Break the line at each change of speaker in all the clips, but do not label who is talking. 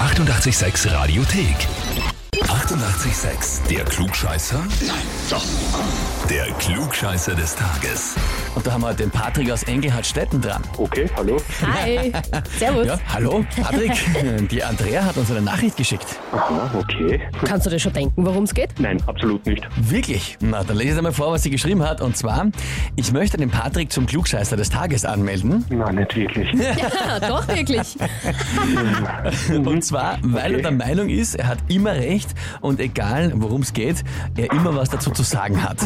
886 Radiothek. 88,6. Der Klugscheißer? Nein, doch. Der Klugscheißer des Tages.
Und da haben wir den Patrick aus Engelhardstetten dran.
Okay, hallo.
Hi. Servus.
Ja, hallo, Patrick. Die Andrea hat uns eine Nachricht geschickt.
Aha, okay.
Kannst du dir schon denken, worum es geht?
Nein, absolut nicht.
Wirklich? Na, dann lese ich einmal vor, was sie geschrieben hat. Und zwar, ich möchte den Patrick zum Klugscheißer des Tages anmelden.
Nein, nicht wirklich.
Ja, doch, wirklich.
Und zwar, weil
Mhm. Okay.
er der Meinung ist, er hat immer recht und egal worum es geht, er immer was dazu zu sagen hat.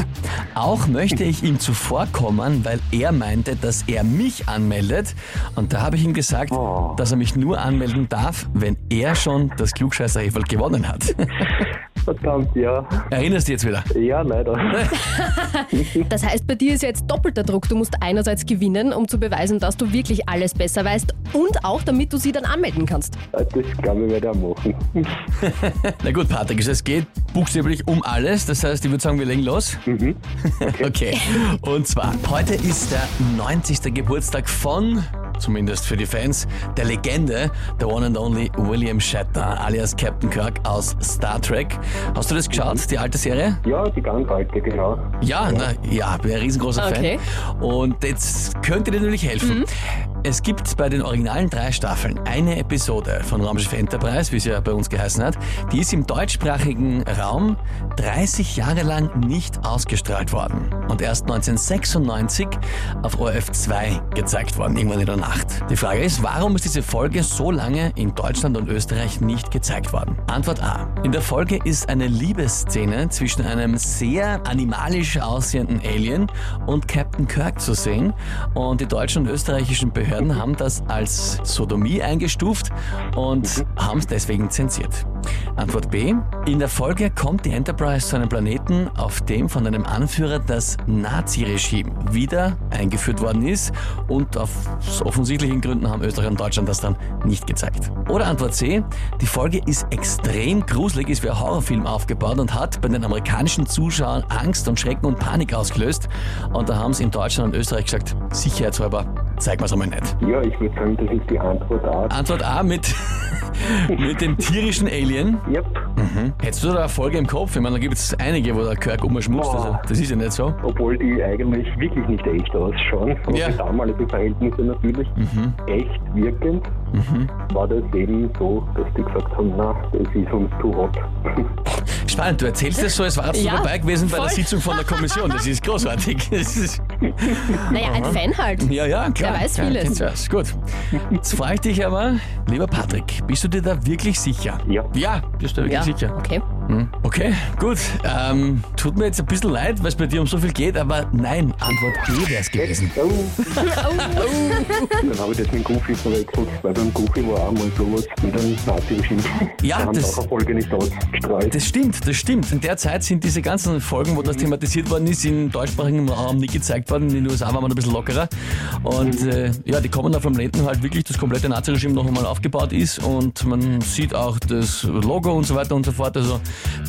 Auch möchte ich ihm zuvorkommen, weil er meinte, dass er mich anmeldet. Und da habe ich ihm gesagt,
Oh.
dass er mich nur anmelden darf, wenn er schon das klugscheißer gewonnen hat.
Verdammt, ja.
Erinnerst du dich jetzt wieder?
Ja, leider.
Das heißt, bei dir ist ja jetzt doppelter Druck. Du musst einerseits gewinnen, um zu beweisen, dass du wirklich alles besser weißt und auch, damit du sie dann anmelden kannst.
Äh, Das glaube ich, werde ich machen.
Na gut, Patrick, es geht buchstäblich um alles. Das heißt, ich würde sagen, wir legen los. Okay. Und zwar, heute ist der 90. Geburtstag von, zumindest für die Fans, der Legende, der One and Only William Shatner, alias Captain Kirk aus Star Trek. Hast du das geschaut, die alte Serie?
Ja, die ganz alte, genau.
Ja, na, ja, bin ein riesengroßer
Okay.
Fan. Und jetzt könnte dir natürlich helfen. Es gibt bei den originalen drei Staffeln eine Episode von Raumschiff Enterprise, wie es ja bei uns geheißen hat, die ist im deutschsprachigen Raum 30 Jahre lang nicht ausgestrahlt worden und erst 1996 auf ORF 2 gezeigt worden, irgendwann in der Nacht. Die Frage ist, warum ist diese Folge so lange in Deutschland und Österreich nicht gezeigt worden? Antwort A. In der Folge ist eine Liebesszene zwischen einem sehr animalisch aussehenden Alien und Captain Kirk zu sehen. Und die deutschen und österreichischen Behörden haben das als Sodomie eingestuft und haben es deswegen zensiert. Antwort B. In der Folge kommt die Enterprise zu einem Planeten, auf dem von einem Anführer das Naziregime wieder eingeführt worden ist und aus offensichtlichen Gründen haben Österreich und Deutschland das dann nicht gezeigt. Oder Antwort C. Die Folge ist extrem gruselig, ist wie ein Horrorfilm aufgebaut und hat bei den amerikanischen Zuschauern Angst und Schrecken und Panik ausgelöst und da haben sie in Deutschland und Österreich gesagt, sicherheitshalber, zeig mal's einmal nicht.
Ja, ich würde sagen, das ist die Antwort A.
Antwort A mit, mit dem tierischen Alien. Hm?
Yep.
Hättest du da eine Folge im Kopf? Ich meine, da gibt es einige, wo der Kirk umschmutzt. Also, das ist ja nicht so.
Obwohl die eigentlich wirklich nicht echt ausschauen. Und
Ja.
für damalige Verhältnisse natürlich echt wirkend. War das eben so, dass die gesagt haben, na, das ist uns zu hot.
Spannend, du erzählst das so, als warst du
Ja,
dabei gewesen bei der
voll.
Sitzung von der Kommission. Das ist großartig. Das ist,
Naja, ein Fan halt.
ja, ja, klar.
Der weiß
Ja,
vieles.
kennst du das. Gut. Jetzt frage ich dich aber, lieber Patrick, bist du dir da wirklich sicher?
Ja.
Ja, bist du wirklich
Ja,
sicher.
okay.
Hm. Okay, gut. Ähm, tut mir jetzt ein bisschen leid, weil es bei dir um so viel geht, aber nein, Antwort B wäre es gewesen.
Oh, dann habe ich das mit Goofy verwechselt, weil beim Goofy war auch mal sowas mit einem Nazi-Regime.
Ja,
Da haben
das-
sie auch eine Folge nicht ausgestrahlt.
Äh, Das stimmt, das stimmt. In der Zeit sind diese ganzen Folgen, wo das thematisiert worden ist, im deutschsprachigen Raum nicht gezeigt worden. In den USA war man ein bisschen lockerer. Und äh, ja, die kommen auf einem Planeten halt wirklich, das komplette Naziregime noch einmal aufgebaut ist und man sieht auch das Logo und so weiter und so fort. Also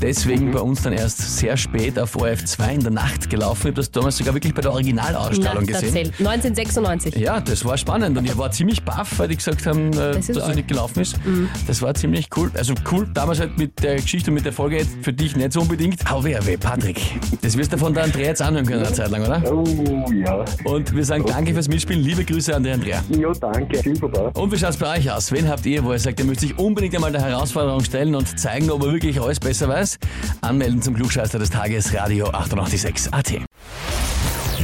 deswegen bei uns dann erst sehr spät auf ORF 2 in der Nacht gelaufen. Ich habe das damals sogar wirklich bei der Originalausstrahlung
Na,
gesehen.
erzähl. 1996.
Ja, das war spannend und ich war ziemlich baff, weil die gesagt haben, äh, dass
Das ist Mhm.
es
so.
nicht gelaufen ist. Das war ziemlich cool. Also cool, damals halt mit der Geschichte und mit der Folge jetzt für dich nicht so unbedingt. Aber wer, weh, Patrick. Das wirst du von der Andrea jetzt anhören können eine Zeit lang, oder?
Oh ja.
Und wir sagen danke fürs Mitspielen. Liebe Grüße an die Andrea.
Ja, danke. Viel Spaß.
Und wie schaut's bei euch aus? Wen habt ihr, wo ihr sagt, ihr müsst euch unbedingt einmal der Herausforderung stellen und zeigen, ob er wirklich alles besser weiß? Anmelden zum Klugscheißer des Tages, Radio 886 AT.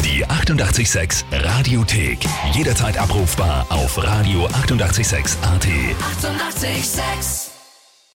Die 88,6 Radiothek. Jederzeit abrufbar auf radio886.at. 88,6.
Eighty-eight, sex.